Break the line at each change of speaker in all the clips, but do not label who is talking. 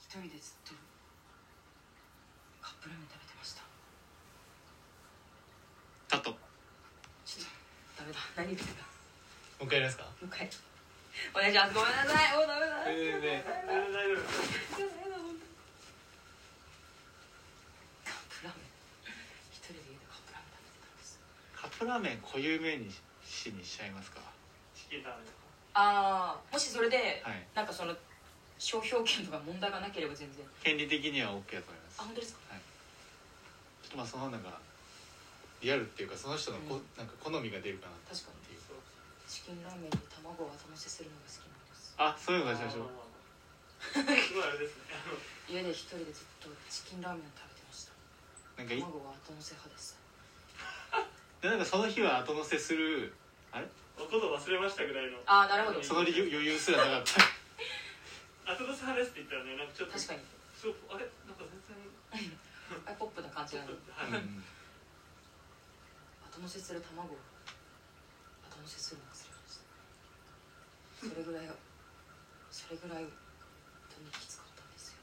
一人でずっとカップラーメン食べてました
カットも
ちょっとダメだ何言ってんだ
う一回やりますか
もう一回お願いしますごめんなさいおダメだ
えね大丈夫
カップラーメン一人で家でカップラーメン食べてたんです
カップラーメン固有名にしにしちゃいますか
チキンラーメンとか
ああもしそれで、
はい
なんかその商標権とか問題がなければ全然
権利的には OK だと思い
あ本当で
ます
すか
ちょっとまあそのなんかリアルっていうかその人のこ、
うん
なんか好みが出るかなっ
確かに
ていう
そう
チキンラーメンに卵を頭乗せするのが好きなんです
あそういうの出しましょう
あーすごいあれですね
家で一人でずっとチキンラーメンを食べてました
なんかい
卵は後乗せ派です
でなんかその日は後乗せする
おこと忘れましたぐらいの
ああなるほど
その理由余裕すらなかった
後のサーレスって言ったらねなんかちょっと
確かに
そうあれなんか全然
あポップな感じなの後
うんうん
乗せする卵を後乗せするのが好きなんですそれぐらいそれぐらい本当にきつかったんですよ、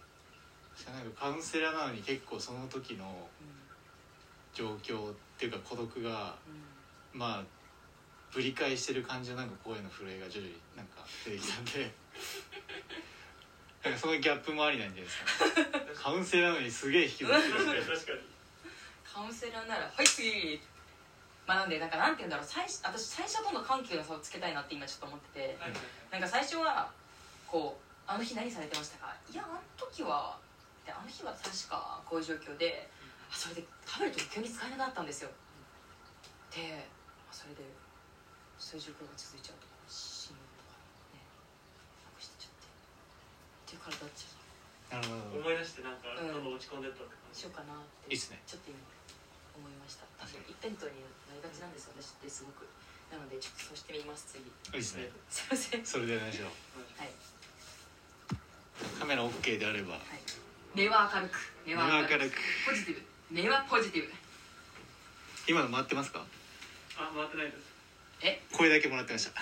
じゃあなんかカウンセラーなのに結構その時の
う
状況っていうか孤独が
んうん、
まあぶり返してる感じのなんか声の震えが徐々になんか出てきたんでなんかそのギャップもありなんじゃないですか、 カウンセラーなのにすげえ引きずってる
確かに確かに
カウンセラーなら「はい次!」まあなんでなんかなんて言うんだろう最初私最初との緩急の差をつけたいなって今ちょっと思ってて
はいはい
なんか最初はこう「あの日何されてましたか?」「いやあの時は」であの日は確かこういう状況であそれで食べる時急に使えなくなったんですよであそれでそういう状況が続いちゃうと死ぬとかねなくしてっちゃってっていう体だっちゃ
なるほ
思
ど
い出してなんか
うん
どんどん落ち込んでったって感
うし
じ
ようかなって
いいっすね
ちょっと今思いました多分一辺倒になりがちなんです私ってすごくなのでちょっとそうしてみます次
いいですね
すいません
それで何しろ
はい、
カメラ OK であれば
はい、目は明るく目
目
は明
は
るく
明るく
ポジティブ目はポジティブ
今の回ってますか
あ回ってないです
声だけもらってました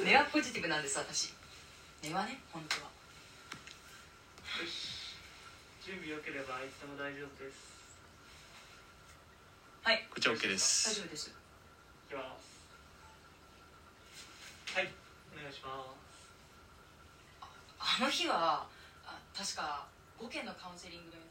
目はポジティブなんです私目はね本当は
よし準備良ければいつでも大丈夫です
はい
こっちは OK で
大丈
す
夫です
いきますはいお願いします
あの日はあ確か5件のカウンセリングをやっ